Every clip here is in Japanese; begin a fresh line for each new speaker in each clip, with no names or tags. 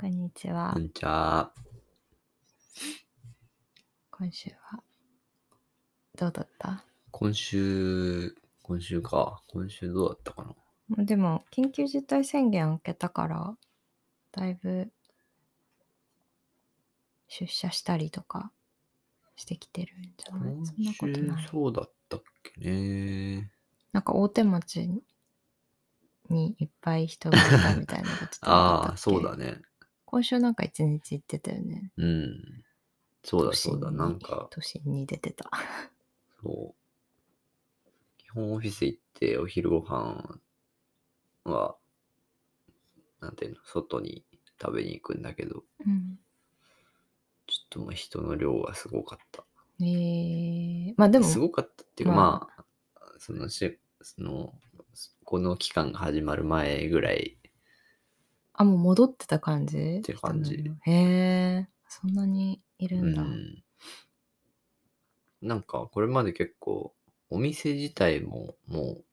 こんにちは
こん。にちは。
今週は。どうだった
今週、今週か。今週どうだったかな。
もうでも、緊急事態宣言明けたから、だいぶ出社したりとかしてきてるんじゃない
今
そんなことない
週。そうだったっけね。
なんか大手町ににいっぱい人がいたみたいなこと言ってなかったっ
あ
け
あ、そうだ。ね。
今週なんか一日行ってたよね。
うん。そうだ
都心
そうだ。
に
なんか、
都心に出てた。
そう。基本オフィス行ってお昼ご飯は、なんていうの、外に食べに行くんだけど、
うん
ちょっともう人の量がすごかった。
えー、まあでも、
すごかったっていうか、
ま
まあ、そのし、その、この期間が始まる前ぐらい、
あ、もう戻ってた感じって
感じ
へえ、そんなにいる
うん
だ。
ん、なんか、これまで結構、お店自体も、もう、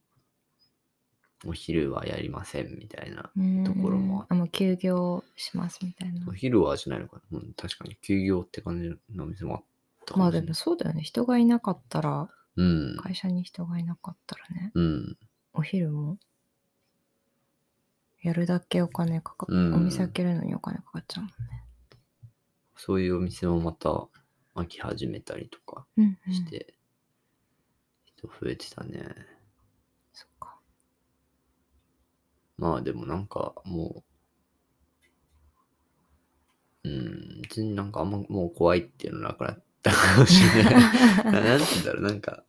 お昼はやりませんみたいな。
うん
ところもあって
あもう休業しますみたいな
お。昼はしないのかな、うん、確かに休業って感じのお店もあったか
まあ
も
で
しれない
もそうだよね。人がいなかったら、
うん。
会社に人がいなかったらね、
うん。
お昼も、やるだけお金かかっ、
うん
お店開けるのにお金かかっちゃうもんね。
そういうお店もまた、飽き始めたりとか
うん、うん。
して、人増えてたね。
そっか。
まあでもなんかもう、うん、別になんかあんまもう怖いっていうのなくなったかもしれない。ななんて言うんだろう、なんか、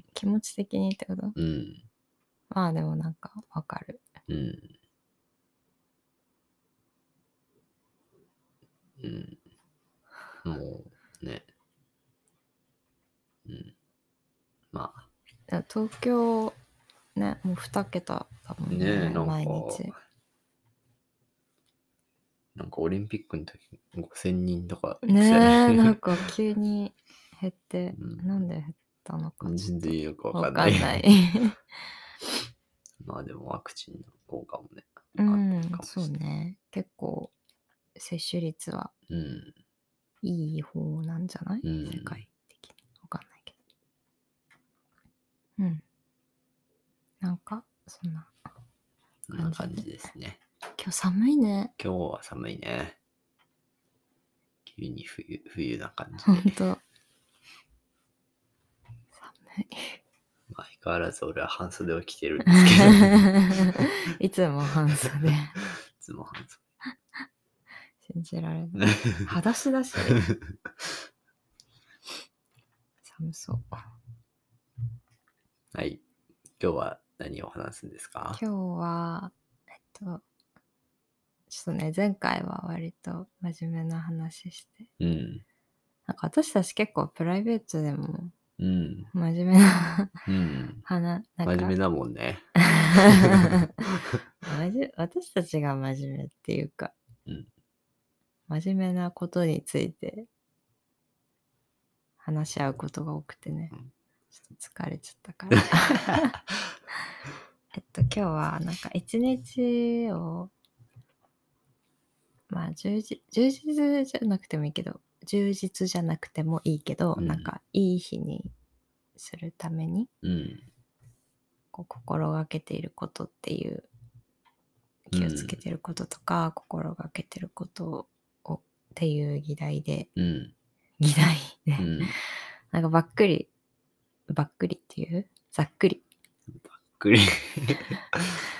気持ち的にってこと
うん、うん、
まあでもなんかわかる。
うん。うん。もう、ね。うん。まあ、
だから東京、ね、もう2桁だもん
ねえ、
ね、
なんか
毎日。、
なんかオリンピックの時5000人とか言っ
ね
てたよ
え、なんか急に減って、
うん
なんで減ったのか。
全然よく わか
わ
ん
か
なんい。
ない。
まあでもワクチンの効果もね。
う
あっ
ん
たか、もし
そ
れ
う
ない
ね。結構、接種率は
うん。
いい方なんじゃない、
うん
世界的に。わかんないけど。うん。なんか、そんな。
こんな感じですね。
今日寒いね。
今日は寒いね。急に冬、冬な感じ
ほん
で。
と。寒い。
まあ相変わらず俺は半袖を着てるんですけど、い
いつも半 袖。
つも半袖。
信じられない。裸足だし。寒そう。
はい。今日は何を話すんですか
今日は、えっと、ちょっとね、前回は割と真面目な話して。
うん。
なんか私たち結構プライベートでも
うん。
真面目な
うん。
話、なんか
真 面目だもんね。
真面私たちが真面目っていうか、
うん
真面目なことについて話し合うことが多くてね、
うん
ちょっと疲れちゃったから。 えっと、今日はなんか一日を、まあ充実、充実じゃなくてもいいけど、充実じゃなくてもいいけど、
うん
なんかいい日にするために、
うん。
こう心がけていることっていう気をつけてることとか、心がけてることをっていう議題で
うん。
議題で、
うん。ばっ
なんかばっくりばっくりっていうざっくり
くり。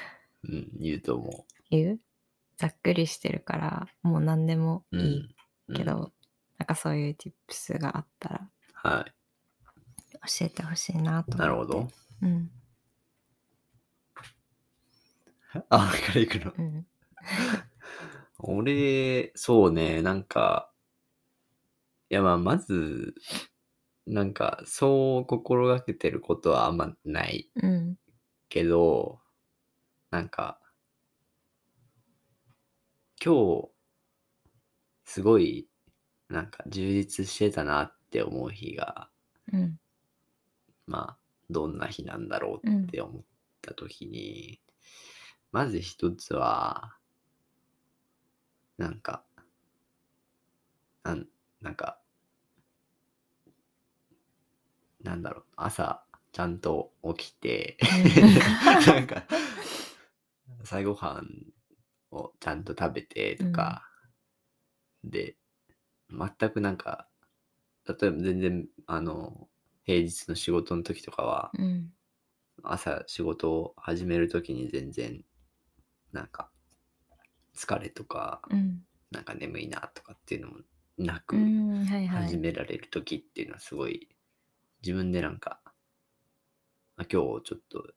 うん。言うと思
言うざっくりしてるからもう何でも
う。
い
うん
い。けど、
うん
なんかそういう tips があったら
は
教えてほしいなと思って
い。なるほ ど。
うん
あ、俺から行くの。
うん
俺、そうね、なんか、いやまあ、まず、なんか、そう心がけてることはあんまない
うん
けど、なんか、今日、すごい、なんか充実してたなって思う日が、
うん
まあ、どんな日なんだろ
う
う
ん
って思った時に、まず一つは、なんか、なん、なんか、なんだろう、朝、ちゃんと起きて、な んか、朝ごはんをちゃんと食べてとか、で、全くなんか、例えば全然、あの、平日の仕事の時とかは、
うん。
朝仕事を始める時に全然、なんか、疲れとか、
うん。
なんか眠いなとかっていうのもなく、
うん。はいは
始
い。
められる時っていうのはすごい自分でなんかあ今日ちょっと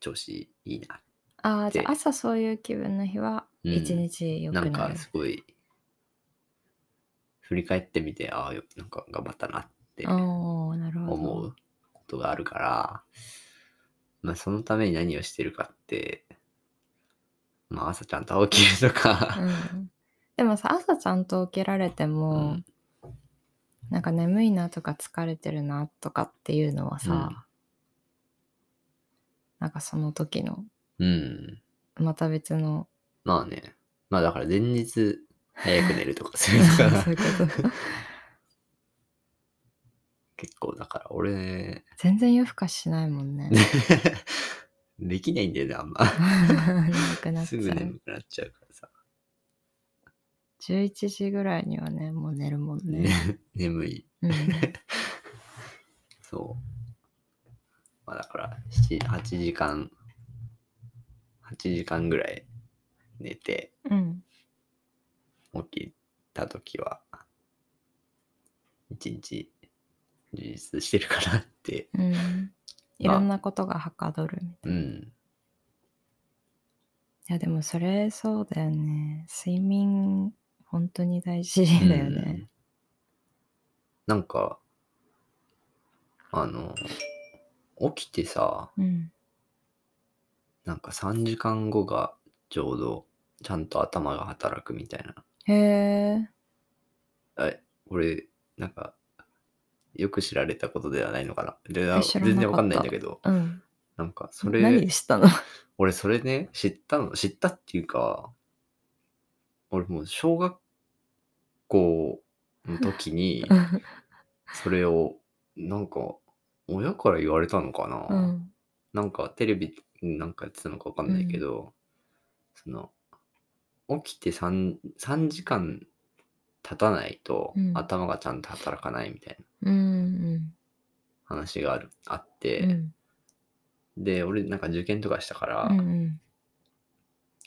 調子いいな、
ああ、じゃ
で
あ朝そういう気分の日は、
うん
一日良
な
く
ん
な
か
る。
すごい振り返ってみてああよなんか頑張ったなって
おおなるほど。
思うことがあるから、まあ、そのために何をしてるかって、まあ、朝ちゃんと起きると
う
か、
ん でもさ朝ちゃんと起きられても、
うん
なんか眠いなとか疲れてるなとかっていうのはさ、
うん
なんかその時の
うん、
また別 の
まあねまあだから前日早く寝るとかす
そう
るとか
いうこと
結構だから俺
全然夜更かししないもんね
できないんだよねあんま
眠く なっち
す
ゃ
ぐ
う
眠くなっちゃうからさ、
11時ぐらいにはねもう寝るもんね、
ね 眠い
うん、
そうまあだから7 8時間8時間ぐらい寝て
うん、
起きた時は一日充実してるかなって
うん、いろんなことがはかどるみたいな
うん
いやでもそれそうだよね睡眠本当に大事だよ
う
ね
んなんかあの起きてさ
うん
なんか3時間後がちょうどちゃんと頭が働くみたいな。
へえ
あ俺、なんか、よく知られたことではないのかな。でな
知らなかった
全然わかんないんだけど、
うん
なんかそ
何
れ、
したの
俺それね、知ったの、知ったっていうか、俺もう小学校の 時に、それを、なんか、親から言われたのかな。
うん
なんかテレビなんかやってたのかわかんないけど、その起きて 3, 3時間経たないと
うん
頭がちゃんと働かないみたいな
うんうん
話があるあっ
う
て、
ん
で俺なんか受験とかしたから、
うんうん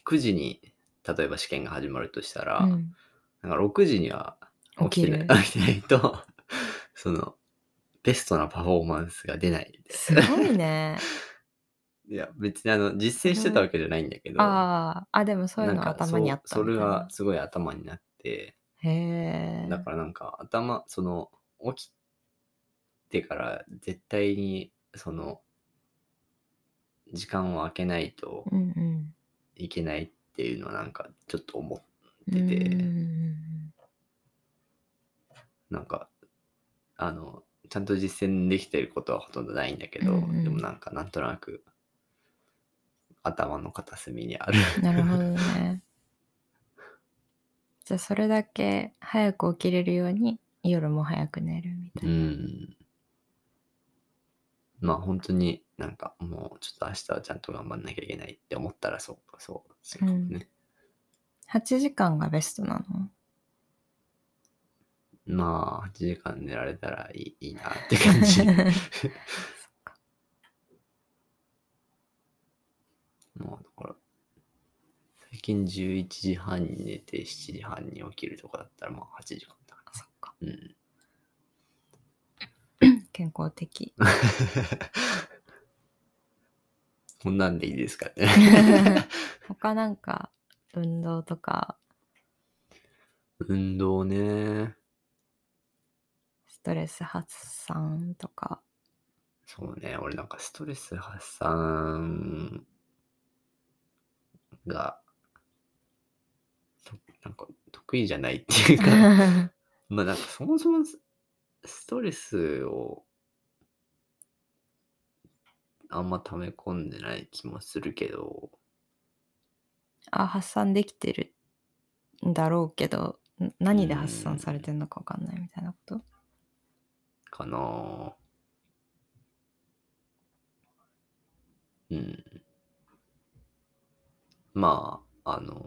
9時に例えば試験が始まるとしたら、
うん
なんか6時には起きてない
起
起きてないと そのベストなパフォーマンスが出ないみ た
す
いな。
ごい ね
いや別にあの実践してたわけじゃないんだけど。
あーあでもそういうの
なんか
頭にあった
そうそれ
みたい
が
な
すごい頭になって
へえ
だからなんか頭その起きてから絶対にその時間を空けないと
うんうん
いけないっていうのはなんかちょっと思っ
う
出
ん
て
うん
なんかあのちゃんと実践できてることはほとんどないんだけど、
うんうん
でもなんかなんとなく頭の片隅にある
なるほどねじゃあそれだけ早く起きれるように夜も早く寝るみ たいうな、
ん。まあ本当になんかもうちょっと明日はちゃんと頑張んなきゃいけないって思ったらそうそうそうかもね。
8時間がベストなの
まあ8時間寝られたらいいいいなって 感じ。 もうだから最近11時半に寝て7時半に起きるとかだったらまあ8時間だか。
そっから
うん。
健康 的
こんなんでいいですか ね。
他なんか運動とか
運動ね。
ストレス発散とか
そうね、俺なんかストレス発散が、となんか得意じゃないっていうか、 まあなんかそもそもスストレスをあんま溜め込んでない気もするけど、
あ発散できてるんだろうけどん何で発散されてるのかわかんないみたいなこと
かなぁうん。まあ、あの、そ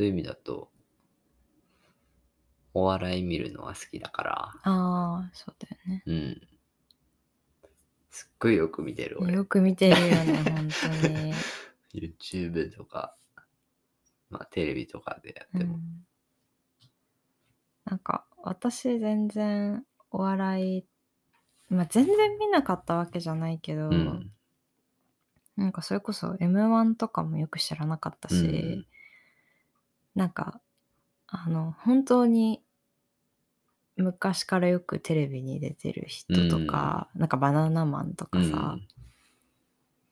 ういう意味だと、お笑い見るのは好きだから、
ああそうだよね
うん。すっごいよく見てる、俺。
よく見てるよね本当に、
YouTube とか、まあ、テレビとかでや
う
っても。
ん、なんか私全然お笑いまあ全然見なかったわけじゃないけど、
うん。
なんかそれこそ m 1とかもよく知らなかったし、
うん
なんかあの本当に昔からよくテレビに出てる人とか、なんかバナナマンと
う
か
ん。
さ、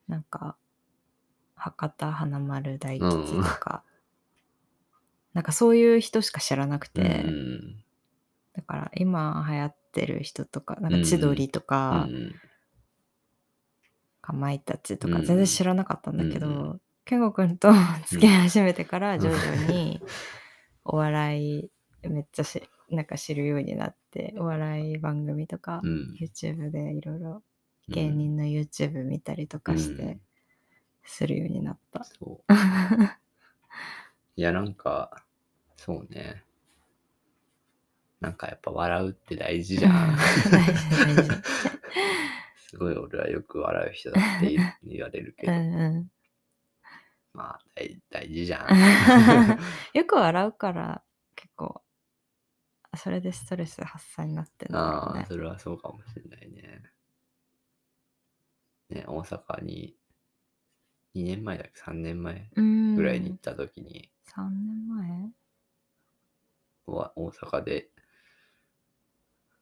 なんか博多華丸大吉とか、なんかそういう人しか知らなくて、
うん
だから今流行ってる人とかなん
う
か
ん
千鳥と
う
か、
ん。
かまいたちとか
うん
全然知らなかったんだけど、
うん
健吾くんと付き合い始めてから徐々にお笑いめっちゃしなんか知るようになってお笑い番組とか、
うん。
YouTube でいろいろ芸人の YouTube 見たりとかして、
うん
するようになった。。
そう。いや、なんか、そうね。なんかやっぱ笑うって大事じゃん
大事 大事
すごい俺はよく笑う人だって言言われる
う
けど、
んうん
まあ大大事 じゃん。
よく笑うから結構それでストレス発散になってんだろう
ああ
ね、。
それはそうかもしれないね。ね、大阪に2年前だっけ ?3 年前
うん
ぐらいに行った時に、
3年前
わ大阪で、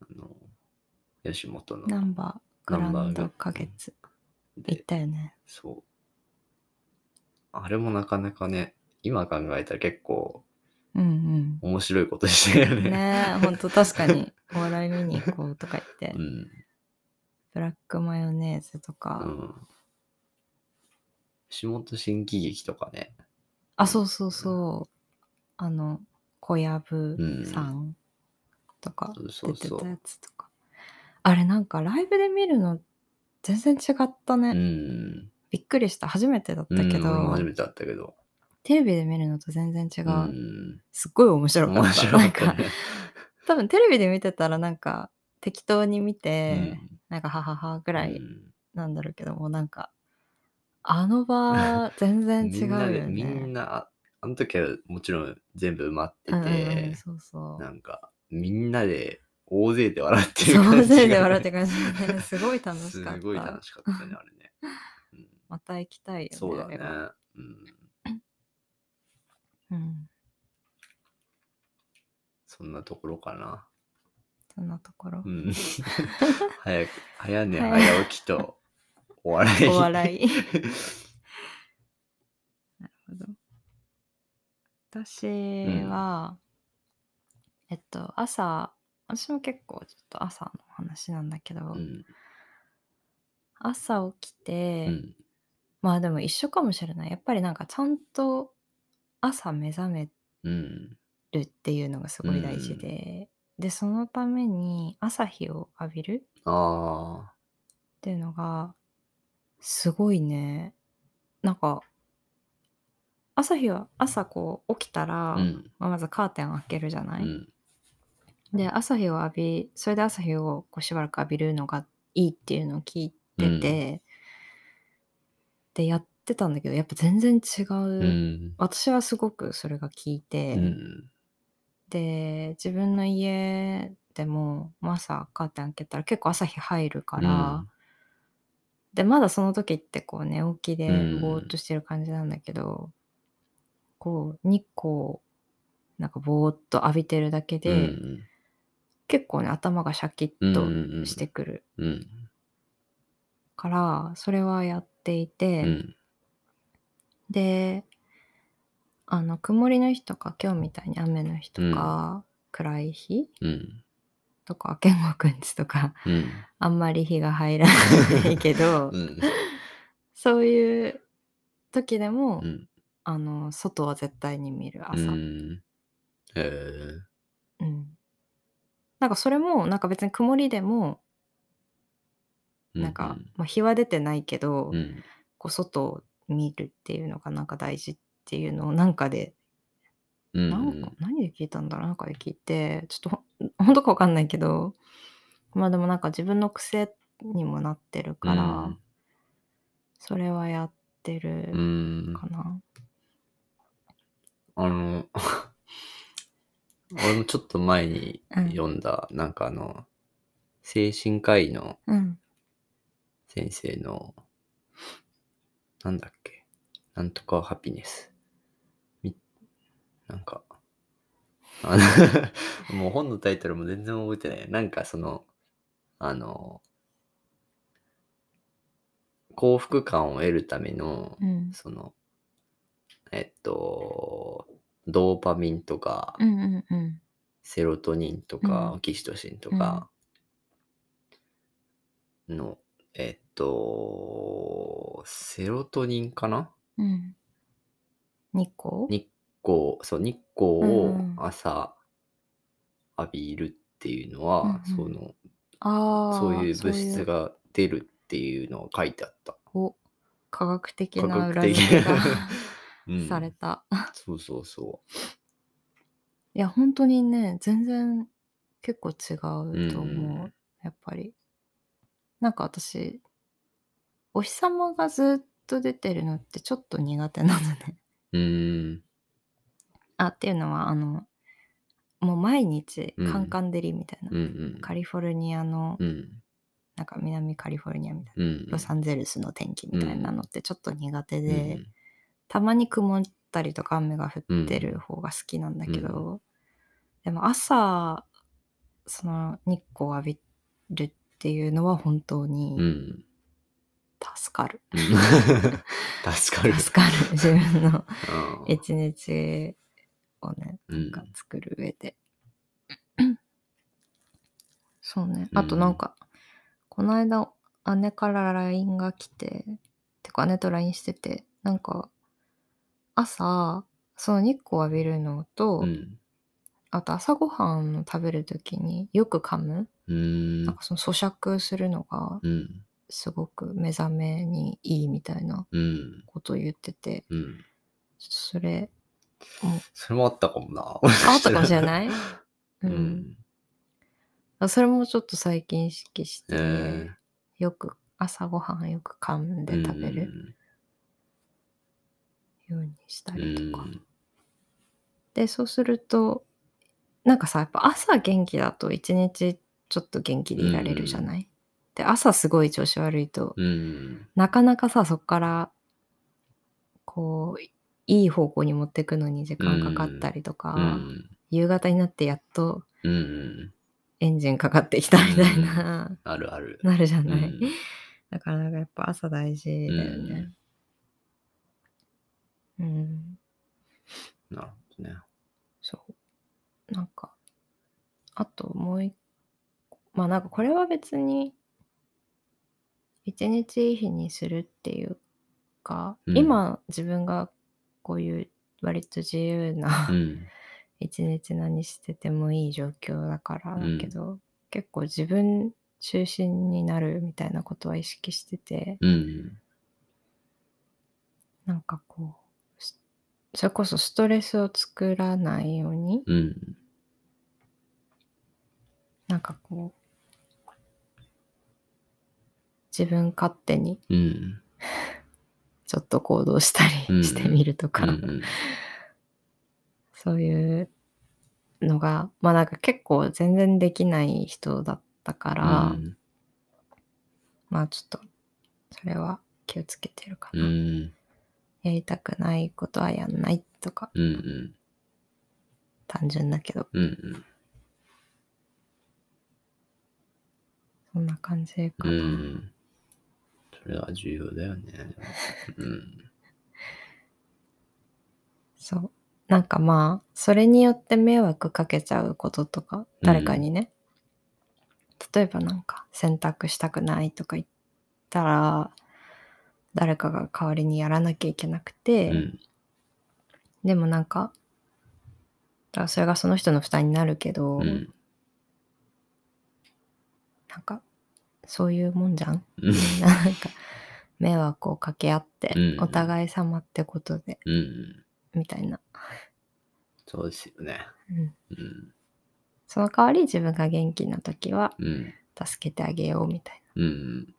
あの、吉本の
ナンバーグラ
ナ
ン
ンバー
ド
が
花月行
で
ったよね。
そう。あれもなかなかね、今考えたら結構
うん
面白いことしてるよ
う
ね。
ん。ねえ、ほんと確かにお笑い見に行こうとか言っ
う
て、
ん。
ブラックマヨネーズとか、
うん。下本新喜劇とかね。
あ、そうそうそう、あの、小籔さんとか
そうそ
出
う
て
そ
た
う。
やつとか。あれなんかライブで見るの全然違ったね。
うん。
びっくりした。初めてだった
だ
けど、
初めてだったけど。
テレビで見るのと全然違う。
うん。
すっごい面白か
面
った。
白か
なん
った、
か
ね。
多分テレビで見てたらなんか適当に見て、
うん
なんかははは ぐ
ぐ
らいなんだろうけども、なんかあの 場全然違うよね。
みんなで、みんな、ああの時はもちろん全部埋まって
うんうんうん
て、
そうそう。
なんか、みんなで大勢で笑ってる感じが
大
ね
勢で笑って感じで、ね、すごい楽しかった。
すごい楽しかったね、あれね。うん
また行きたいよね。
そうだ
あ
ね
れは。
うん。
うん。
そんなところかな。
そんなところ
う。ん。早く、早寝
早い
早起きと、お笑い。
お笑 いなるほど。私は、えっと、朝、私も結構ちょっと朝の話なんだけど、
うん。
朝起きて、
うん。
まあでも一緒かもしれない。やっぱりなんかちゃんと朝目覚め
うん。
るっていうのがすごい大事で、で、そのために朝日を浴びる
ああ。
っていうのがすごいね。なんか朝日は朝こう起きたら、
うん。
まあまずカーテン開けるじゃな
う
い、
ん。
で朝日を浴びそれで朝日をこうしばらく浴びるのがいいっていうのを聞いてて、でやってたんだけどやっぱ全然違う、
うん。
私はすごくそれが効いて、
うん。
で自分の家でももう朝カーテン開けたら結構朝日入るから、
うん
でまだその時ってこう寝起きで
うん
ぼーっとしてる感じなんだけど、こう日光なんかぼーっと浴びてるだけで、
うん
結構ね頭がシャキ
う
ッ
ん
と
うん
してくる
うん。
から、それはやっていうて、
ん。
であの曇りの日とか今日みたいに雨の日とか、暗い日
うん。
とか健吾くんちとか
うん。
あんまり日が入らないけど、
うん。
そういう時でも、
うん。
あの外は絶対に見る
う
朝、
ん。へえ。
うんなんかそれもなんか別に曇りでも
う
なんか、まあ、日は出てないけど、
うん。
こう外を見るっていうのがなんか大事っていうのをなんかで、
うん。
なんか何で聞いたんだろうなんかで聞いてちょっとほん本当かわかんないけどまあでもなんか自分の癖にもなってるから、それはやって
うん。う
る
ん。
かな。
あの、 俺もちょっと前に
うん
読んだ、なんかあの、精神科医の
うん、
先生の、なんだっけ、なんとかハピネス。みなんか、あの もう本のタイトルも全然覚えてない。なんかその、あの、幸福感を得るための
う、ん、
その、えっと、ドーパミンとか、
うん、うん、うん、
セロトニンとか、
うん
オキシトシンとかの、えっと、セロトニンかな
うん。日光
日光、そう、日光
う
を
んうん
朝浴びるっていうのは、
うんう
そ
ん
の、
ああ、
そういう物質
が。
が出るっていうのを書いてあった。
お科学的
科
な
学
裏
的
付けが
うん
された。
そうそうそ
いや、本当にね、全然結構違うと思う、
うんうん
やっぱり。なんか私、お日様がずっと出てるのってちょっと苦手なのね。
う。うーん。
あ、っていうのは、あの、もう毎日
うん
カンカン照りみたいな、
うんうん。
カリフォルニアの、
うん。
なんか南カリフォルニアみたい
うんうん。
な、ロサンゼルスの天気みたいなのってちょっと苦手で、
うんうん
たまに曇ったりとか雨が降ってる方が好きなんだけど、でも朝その日光を浴びるっていうのは本当
う
に
ん。
助かる、
うん助かる。
助かる自分の
うん
一日をね
うん
なんか作る上で、 そうねあとなんか、この間姉から LINE が来ててか姉と LINE しててなんか朝その日光を浴びるのと、
うん。
あと朝ごはんを食べる時によく噛む、
うー
なん
ん
かその咀嚼するのが
うん。
すごく目覚めにいいみたいな
うん。
ことを言ってて
うん。
そ れ
それもあったかもな。
あったかもしれ ない
う
うん、
ん。
それもちょっと最近意識して、
え
よく朝ごはんよく噛ん
ー
で食べるようにした
うん
りとか、でそうするとなんかさやっぱ朝元気だと一日ちょっと元気でいられるじゃない、で朝すごい調子悪いと、
うん。
なかなかさそこからこういい方向に持ってくのに時間かかったりとか、
うん。
夕方になってやっと
うん。
エンジンかかってきたみたいな、
あるある。
なるじゃ
う
ない、
ん
だからなんかやっぱ朝大事だよねうん、
なるほどね。
そうなんかあともう一個まあなんかこれは別に一日いい日にするっていうか、
うん
今自分がこういう割と自由な、
うん。
一日何しててもいい状況だから
うん
だけど、結構自分中心になるみたいなことは意識してて
うん。
なんかこうすそれこそストレスを作らないように
うん。
なんかこう自分勝手に
うん。
ちょっと行動した
うん
りしてみると
う
か、
ん。
そういうのがまあなんか結構全然できない人だったから、
うん
まあちょっとそれは気をつけてるか
う
な。
ん。
やりたくないことはやんないとか
うん。うん。
単純だけど
うん。
そんな感じか
う
な、
ん。それは重要だよね。うん。
そうなんかまあそれによって迷惑かけちゃうこととか誰かにね、例えばなんか洗濯したくないとか言ったら誰かが代わりにやらなきゃいけなくて、
うん。
でもなんか、だからそれがその人の負担になるけど、
うん。
なんか、そういうもんじゃん。
うん
なんか、迷惑をかけ合って、
うん
お互い様ってことで、
うん。
みたいな。
そうですよね。
うん
うん。
その代わり自分が元気な時は
うん。
助けてあげようみたい
うん。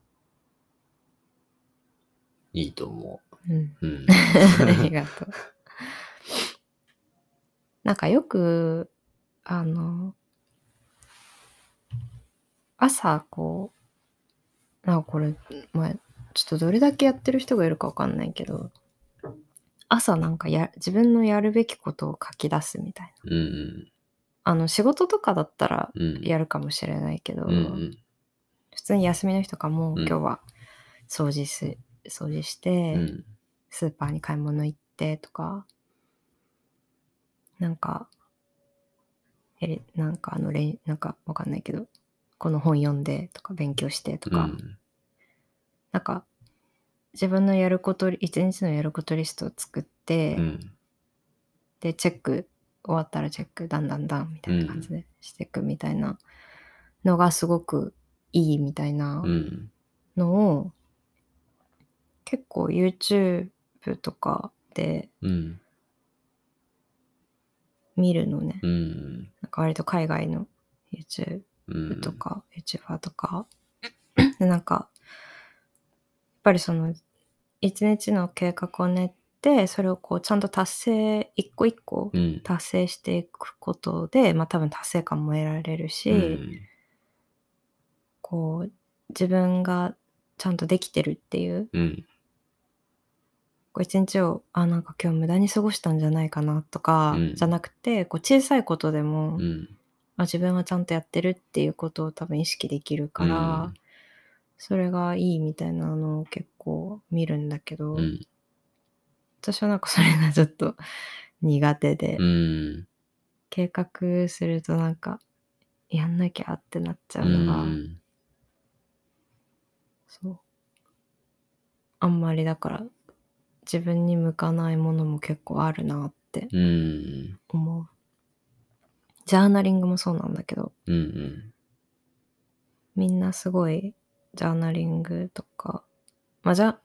いいと思
な。うん。
う。うん。
ありがとう。なんかよく、あの、朝こう、なんかこれ、まあ、ちょっとどれだけやってる人がいるかわかんないけど、朝なんかや自分のやるべきことを書き出すみたいな。
うん。
あの仕事とかだったら
うん。
やるかもしれないけど、
うんうん。
普通に休みの日とかも、
うん
今日は掃除す掃除して、
うん。
スーパーに買い物行ってとか、なんか、えれなんかあのれん、なんかわかんないけど、この本読んでとか勉強してと
う
か、
ん。
なんか自分のやること、一日のやることリストを作って、
うん。
で、チェック、終わったらチェック、だんだんだんみたいな感じでしていくみたいなのがすごくいいみたいな
うん。
のを、結構 YouTube とかで
うん。
見るのね。
うん。
なんか割と海外の YouTube
うん。
とか、YouTuber とか。で、なんか、やっぱりその、一日の計画を練って、それをこう、ちゃんと達成、一個一個
うん。
達成していくことで、まあ多分達成感も得られるし、
うん。
こう、自分がちゃんとできてるっていう、
うん。
こう一日を、あ、なんか今日無駄に過ごしたんじゃないかなとか、
うん
じゃなくて、こう小さいことでも、
うん。
あ、自分はちゃんとやってるっていうことを多分意識できるから、
うん
それがいいみたいなのを結構見るんだけど、
うん。
私はなんかそれがちょっと 苦手で、
うん。
計画するとなんかやんなきゃってなっちゃう
う
のが、
ん
そうあんまりだから自分に向かないものも結構あるなって
うん。
思う。ジャーナリングもそうなんだけど、
うん。
みんなすごいジャーナリングとか、まあ、ジャ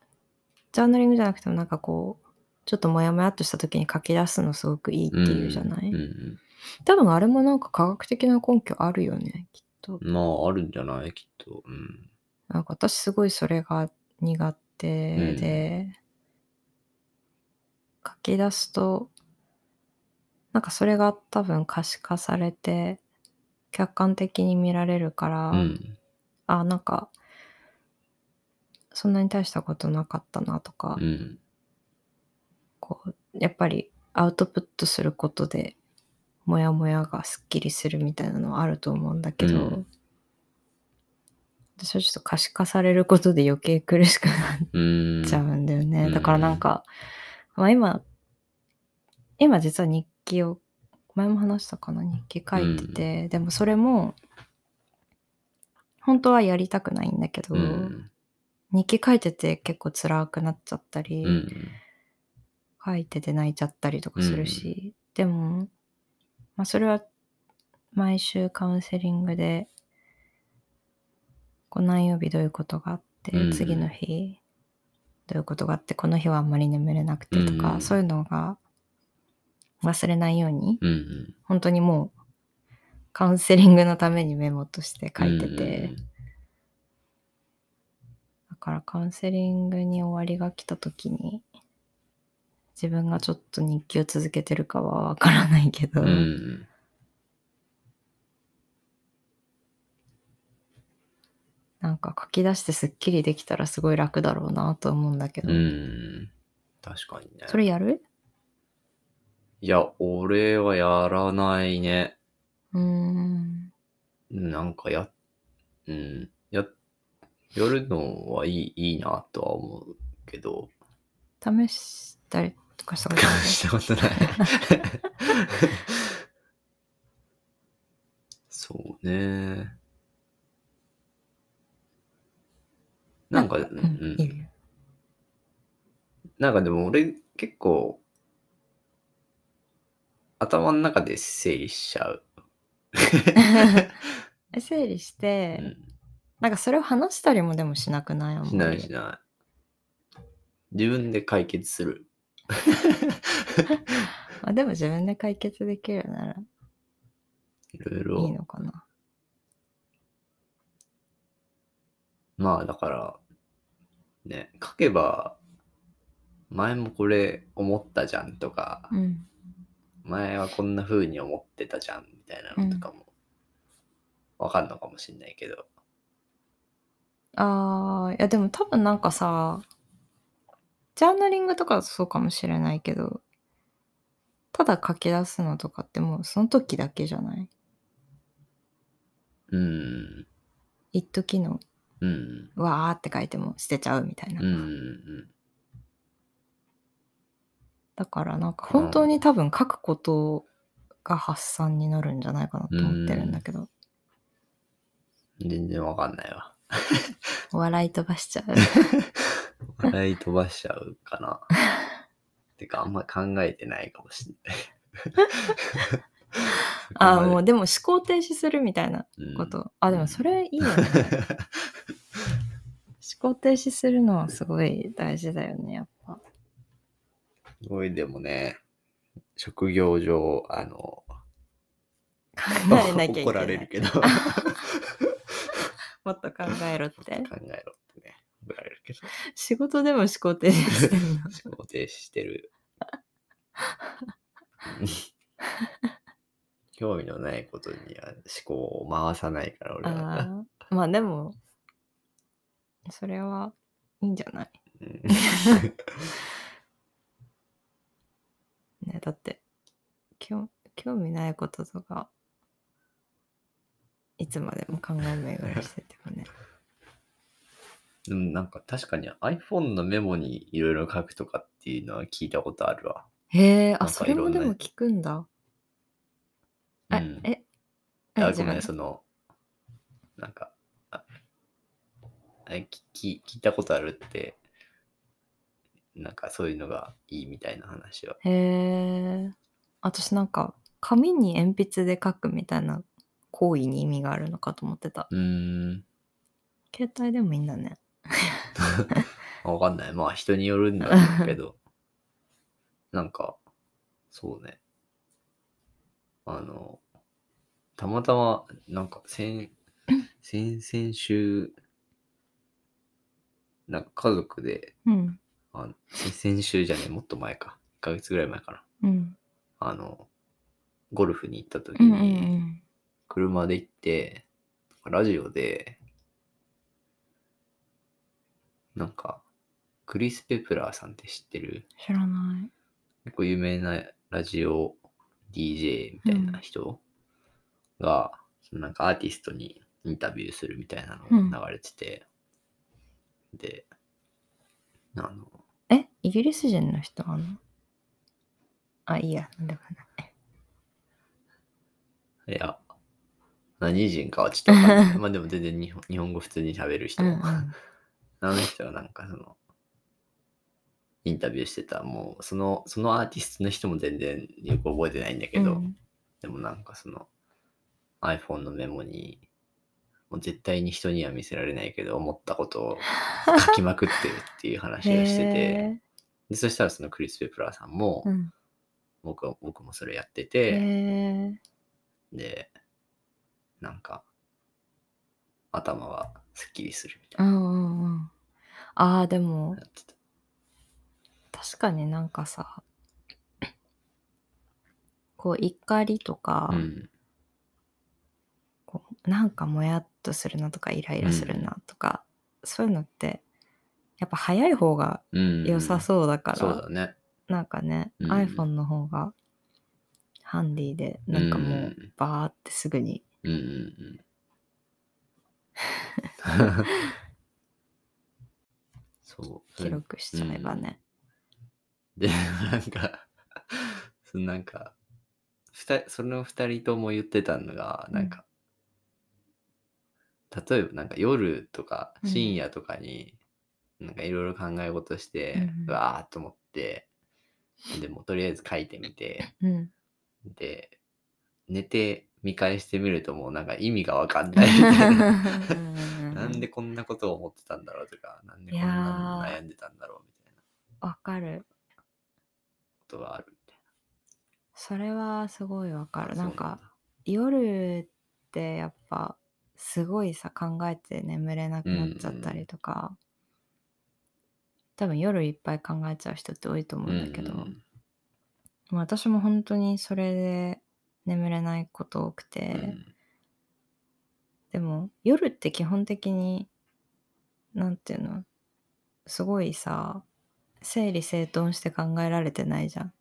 ジャーナリングじゃなくてもなんかこうちょっとモヤモヤっとした時に書き出すのすごくいいっていうじゃない、
うん。
多分あれもなんか科学的な根拠あるよねきっと。
まあ、あるんじゃないきっと。うん。
なんか私すごいそれが苦手で、書き出すとなんかそれが多分可視化されて客観的に見られるから、
うん。
あなんかそんなに大したことなかったなとか、
うん。
こうやっぱりアウトプットすることでモヤモヤがすっきりするみたいなのはあると思うんだけど、
うん
私はちょっと可視化されることで余計苦しくな
うん。
っちゃうんだよね、
うん
だからなんか、まあ、今今実は日記を前も話したかな日記書いてて、でもそれも本当はやりたくないんだけど、
うん。
日記書いてて結構辛くなっちゃったり、
うん。
書いてて泣いちゃったりとかするし、でも、まあ、それは毎週カウンセリングでこう何曜日どういうことがあって、
うん
次の日どういうことがあってこの日はあんまり眠れなくてとか、
うん
そういうのが忘れないように
うん。
本当にもうカウンセリングのためにメモとして書いてて、だからカウンセリングに終わりが来た時に自分がちょっと日記を続けてるかはわからないけど、
うん。
なんか書き出してすっきりできたらすごい楽だろうなと思うんだけど、
うん。確かにね。
それやる
いや、俺はやらないね。
うーん
なんかや、うん、や、やるのはいい、いいなとは思うけど、
試したりとかしたことない
したことない。そうね。 なんか、
う
うんん
いいよ
なんかでも俺結構頭の中で整理しちゃう。
整理して、
うん
なんかそれを話したりもでもしなくないあんまり
しないしない。自分で解決する。
まあ、でも自分で解決できるなら
いろい
いい
ろ。
のかな
まあだから、ね、書けば、前もこれ思ったじゃんとか、
うん
前はこんな風に思ってたじゃんみたいなのとかも、わかんのかもしんないけど。
あーいやでも多分なんかさジャーナリングとかだとそうかもしれないけどただ書き出すのとかってもうその時だけじゃない
うん。
一時の
うん。
わーって書いても捨てちゃうみたいな、
うん。うん。
だからなんか本当に多分書くことが発散になるんじゃないかなと思ってるんだけど、
全然わかんないわ。
笑い飛ばし ちゃう
笑い飛ばしちゃうか な。てか、あんま考えてないかもしんない。
ああもうでも思考停止するみたいな
うん
こと、あでもそれいいよね思考停止するのはすごい大事だよねやっぱ
すごい、でもね、職業上、あの、
考えなきゃい
怒
け
ら
な
れる
い
けど、考
もっと考えろって
えろってね、怒られるけど、
仕事でも思考停止してん の
思考停止してる。 興味のないことには思考を回さないから、俺は。
ああまあでもそれはいいんじゃない
うん
ねだって興興味ないこととかいつまでも考えないぐらいしてても ね
でもなんか確かに iPhone のメモにいろいろ書くとかっていうのは聞いたことあるわ。
へえ
な
あ
んか
そ
いろ
れ
んな
もでも聞くんだあ
うん、
え
あ
自
ごめ
分
ん、その、なんか、ああ聞き聞いたことあるって、なんかそういうのがいいみたいな話は。
へえ私なんか紙に鉛筆で書くみたいな行為に意味があるのかと思ってた
うーん、
携帯でもいいんだね
わかんない。まあ人によるんだろうけ ど、なんか、そうね。あの、たまたま、なんか先、先々週、なんか家族で、
うん
あ先先週じゃねえ、もっと前か。1ヶ月ぐらい前かな。
うん
あの、ゴルフに行った時
うんうんう
に、
ん
車で行って、ラジオで、なんか、クリス・ペプラーさんって知ってる
知らない
結構有名なラジオ DJ みたいな人が、そのなんかアーティストにインタビューするみたいな
うん
のが流れてて、で、あの、
えイギリス人の人なのあいいやなんでもない
いや、何人かはちょっとわかん ない。まあでも全然日本日本語普通に喋る人。
うんうん
あの人はなんかその、インタビューしてた、もうその、そのアーティストの人も全然よく覚えてないんだけ
う
ど、
ん
でもなんかその iPhone のメモに、もう絶対に人には見せられないけど、思ったことを書きまくってるっていう話をしてて、
へ
でそしたらそのクリス・ペプラーさんも、
ーうん
僕は僕もそれやって
へ
て、
え
で、なんか、頭はすっきりするみたい
うんうんうんああでも
なやってた。
確かになんかさこう怒りとか、
うん。
こうなんかもやっとするなとかイライラするなとか、そういうのってやっぱ早い方が
うん、
良さそうだから、
そうだね。
なんかね、
うん
iPhone の方がハンディでなんかも
う
うんバーってすぐに、
うんうん うんそう。そ
記
れ
録しちゃえばね、
で、なんか、 そのなんか、ふたその二人とも言ってたのが、なんか、例えばなんか夜とか
うん
深夜とかに、なんかいろいろ考え事して
う、んうん
うわーっと思って、でもとりあえず書いてみて、
うん
で、寝て見返してみるともうなんか意味がわかん ないみたい な。なんでこんなことを思ってたんだろうとか、なんでこんなに悩んでたんだろうみたいな
わかる
ことがあるみたい
それはすごいわか
な。
る
そう
なんか夜ってやっぱすごいさ考えて眠れなくなっちゃったりとか、多分夜いっぱい考えちゃう人って多いと思うんだけど、
うんうん
まあ私も本当にそれで眠れないこと多くて、
うん
でも夜って基本的になんていうのすごいさ整理整頓して考えられてないじゃん。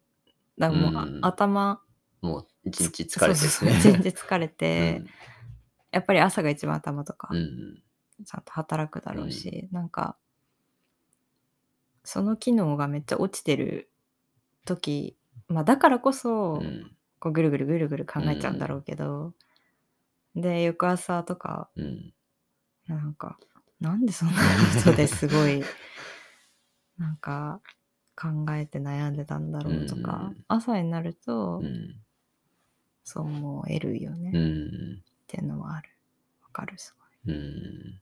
だからもう、あ
うん
頭
もう一日疲れて
そうそう
るね
そう一日疲れて、やっぱり朝が一番頭とか
うんうん
ちゃんと働くだろうし、なんかその機能がめっちゃ落ちてる時、まあ、だからこそ、
うん
こうぐるぐるぐるぐる考えちゃうんだろうけど、で翌朝とか
うん
なんかなんでそんなことですご いなんか考えて悩んでたんだろうとか、
うん
朝になると、
うん
そう思えるよね、
う
っ
ん
ていうのはあるわかるすごい
うん。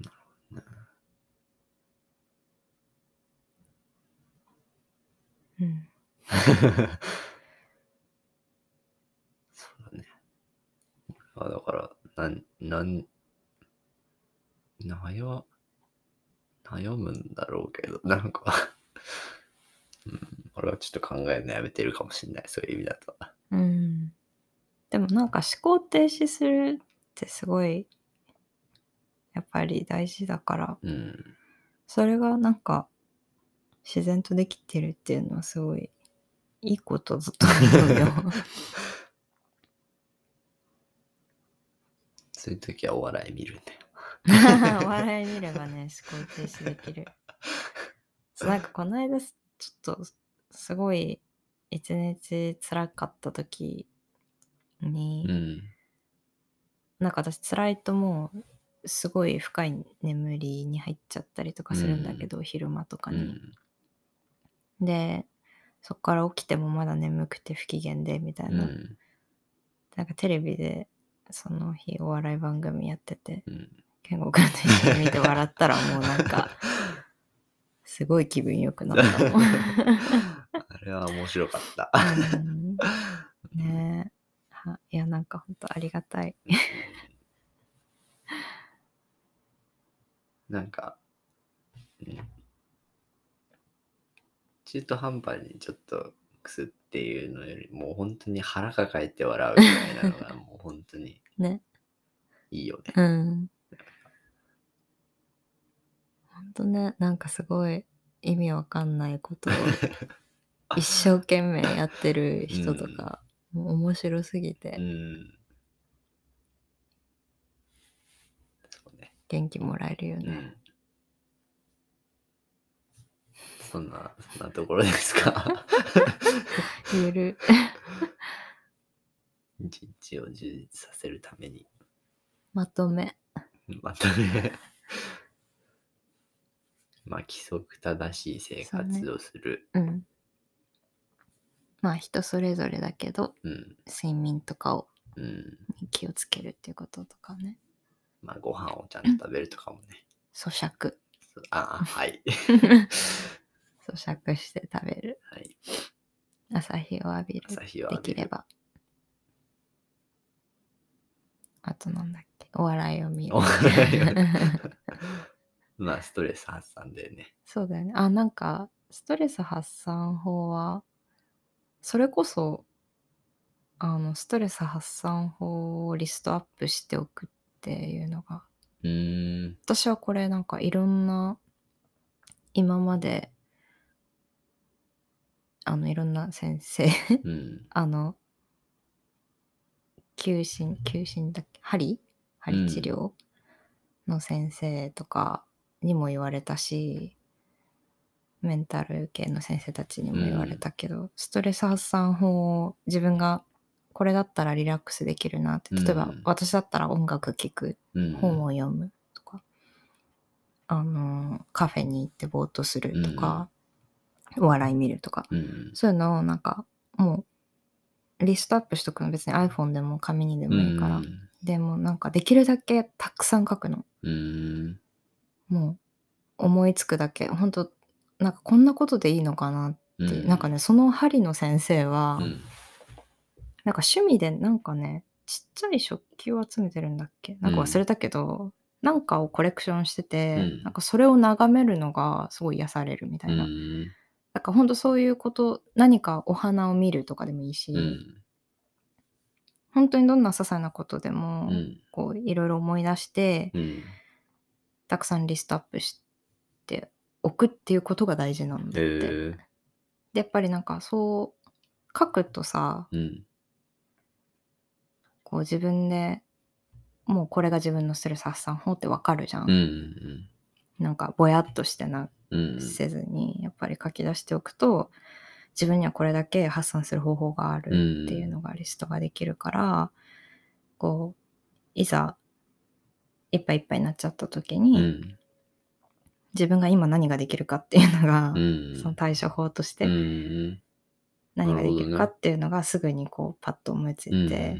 なるほどね
うん、
そうだね。あだから、なん、なん、悩、悩むんだろうけど、 なんか、うん、俺はちょっと考えるのやめてるかもしれない、そういう意味だと。
うん、でもなんか思考停止するってすごいやっぱり大事だから
うん。
それがなんか自然とできてるっていうのはすごいいいことだと思うよ。
そういう時はお笑い見るんだよ。
お笑い見ればね思考停止でき る。そうなんかこの間すちょっとすごい一日辛かった時に、
うん。
なんか私辛いともうすごい深い眠りに入っちゃったりとかするんだけど、昼間とか
う
に。
ん。
でそっから起きてもまだ眠くて不機嫌でみたいうな、
ん。
なんかテレビでその日お笑い番組やってて
うん。
健吾君と一緒に見て笑ったらもうなんかすごい気分よくなったもん。
あれは面白かった。
うんねえはいやなんかほんとありがたい。
なんか、うん中途半端にちょっとくすっていうのよりもう本当に腹抱えて笑うみたいなのがもう本当に
ね
いいよね。
うん。ほんとね、なんかすごい意味わかんないことを一生懸命やってる人とか、もう面白すぎ
う
て
ん。そうね。
元気もらえるよ
う
ね。
ん。そんな、そんなところです か。
ゆる。
一日を充実させるために。
まとめ。
またね。まあ、規則正しい生活をする。
うん。まあ人それぞれだけど、
うん。
睡眠とかを
うん。
気をつけるっていうこととかね。
まあ、ご飯をちゃんと食べるとかもね。
咀嚼。
そうああ、はい。
咀嚼して食べる。
はい。
朝日を浴びる。
朝日は
できれ。ば。あとなんだっけ、お笑いを見る
お。笑いをまあ、ストレス発散でね。
そうだよね。あ、なんか、ストレス発散法は、それこそ、あの、ストレス発散法をリストアップしておくっていうのが、
うーん。
私はこれなんかいろんな、今まで、あの、いろんな先生、
うん。
あの、休診、休診だっけ針針治療の先生とかにも言われたし、メンタル系の先生たちにも言われたけど、ストレス発散法を自分がこれだったらリラックスできるなって、例えば、
うん
私だったら音楽聴く、
うん。
本を読むとか、あの、カフェに行ってぼーっとするとか、お笑い見るとか。
うん。
そういうのをなんか、もう、リストアップしとくの別に iPhone でも紙にでもいいから。でもなんかできるだけたくさん書くの。
うん。
もう、思いつくだけ。本当なんかこんなことでいいのかなっ
う
て。なんかね、その針の先生は、
うん。
なんか趣味でなんかね、ちっちゃい食器を集めてるんだっけなんか忘れたけど、なんかをコレクションしてて、
うん
なんかそれを眺めるのがすごい癒されるみた
う
いな。
ん。
だから本当そういうこと、何かお花を見るとかでもいいし、
うん。
本当にどんな些細なことでも、
うん。
こういろいろ思い出して、
うん。
たくさんリストアップしておくっていうことが大事なんだって。
え
でやっぱりなんかそう書くとさ
うん。
こう自分でもうこれが自分のする殺散法ってわかるじゃん、
うん。
なんかぼやっとしてな
うん。
せずにやっぱり書き出しておくと自分にはこれだけ発散する方法がある
ん
っていうのがリストができるから、こういざいっぱいいっぱいになっちゃった時に、
うん。
自分が今何ができるかっていうのが、
うん。
その対処法として
うん。
何ができ
なるほど
る
ね
かっていうのがすぐにこうパッと思いついて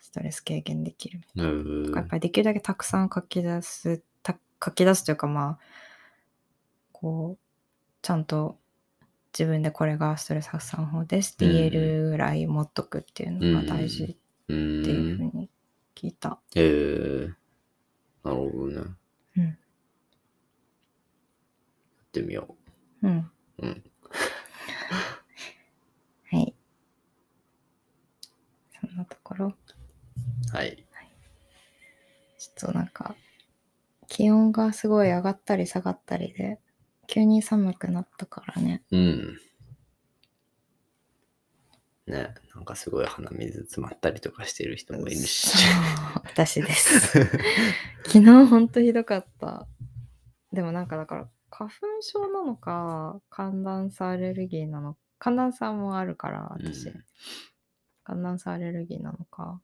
ストレス軽減できる、
うん。
やっぱりできるだけたくさん書き出すた書き出すというかまあこうちゃんと自分でこれがストレス発散法ですって言えるぐらい持っとくっていうのが大事っ
う
て
ん。
いうふうに聞いた、
えー、なるほどね。
うん
やってみよ
うん
うん、
はいそんなところ
う。はい。
ちょっとなんか、気温がすごい上がったり下がったりで、急に寒くなったからね。
うん。ね、なんかすごい鼻水詰まったりとかしてる人もいるし。
そう私 です。昨日ほんとひどかった。でもなんかだから、花粉症なのか、寒暖差アレルギーなのか、寒暖差もあるから、私。
うん
寒暖差アレルギーなのか、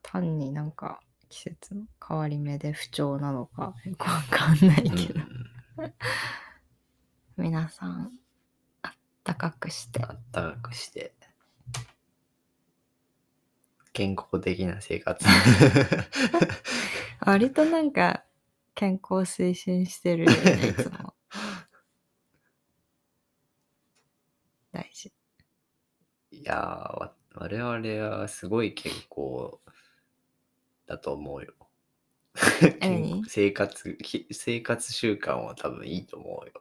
単になんか季節の変わり目で不調なのか、よくわかんないけど。皆さん、あったかくして。
あったかくして。健康的な生活。
割となんか健康推進してるよねいつも大事
いやーわ、我々はすごい健康だと思うよ。健
何
生活き生活習慣は多分いいと思うよ。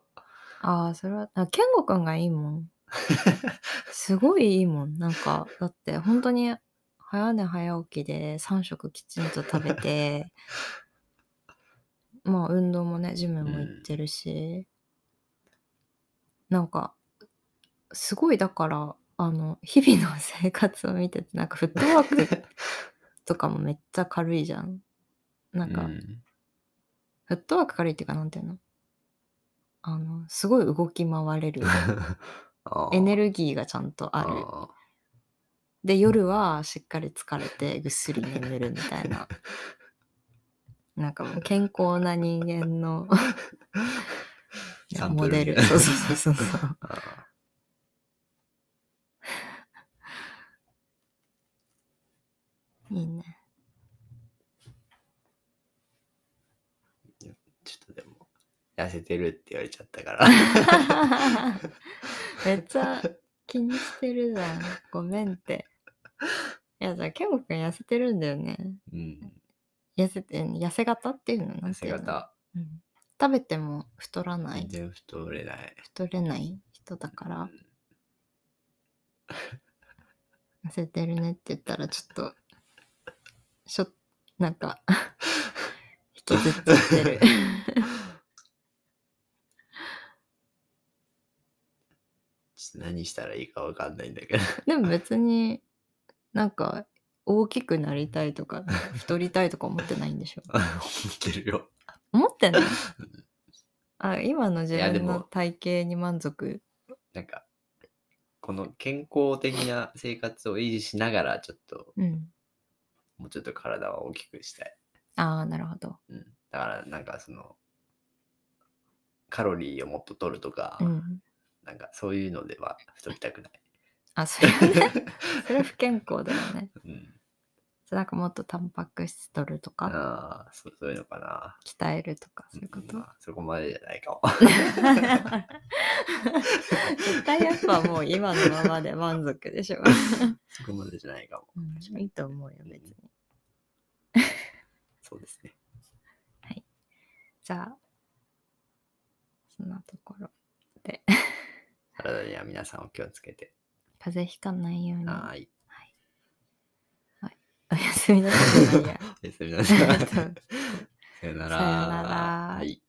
ああそれはあ健吾くんがいいもんすごいいいもんなんかだって本当に早寝早起きで3食きちんと食べて まあ運動もねジムも行ってるし、なんかすごいだからあの日々の生活を見ててなんかフットワークとかもめっちゃ軽いじゃんなんか、
うん
フットワーク軽いっていうかなんていうのあのすごい動き回 れる
あー
エネルギーがちゃんとある
あ
で夜はしっかり疲れてぐっすり眠るみたい ななんかもう健康な人間の
ー サンプ
モ
ル
デ
み
ル
たいな
そうそうそうそう
あー
いいね
ちょっとでも、痩せてるって言われちゃった から。
めっちゃ気にしてるじゃんごめんっていやじゃあ健吾くん痩せてるんだよね
うん。
痩せて痩せ型っていうのな
痩
んて
せ
いうの
方、
うん食べても太らな
全
い
然太れない。
太れない人だから 痩せてるねって言ったらちょっとしょなん か引きずっちゃってる
ちょっと何したらいいかわかんないんだけど。
でも別になんか大きくなりたいとか太りたいとか思ってないんで しょ
思ってるよ。
思ってないあ今の自
いやで
分
も
の体型に満足
なんか、この健康的な生活を維持しながら、ちょっと、
うん
もうちょっと体は大きくしたい。
ああなるほど
うん。だから、なんかその、カロリーをもっと取るとか、
うん。
なんかそういうのでは太りたくない。
あ、それはね、 それは不健康だよね。
うん、
そうなんかもっとタンパク質取るとか、
ああ、そうそういうのかな。
鍛えるとか、そういうこ
ん
と
ま。あそこまでじゃないか も。
絶対やっぱもう今のままで満足でしょ。
そこまでじゃないかも。
うん、いいと思うよ、別に。
そうですね。
じゃあ、そんなところ。
体には皆さんお気をつけて。
風邪ひかないように。
はーい。
おやすみなさいじゃないや。
おやすみなさい。
さよ
さよなら。
なら
はい。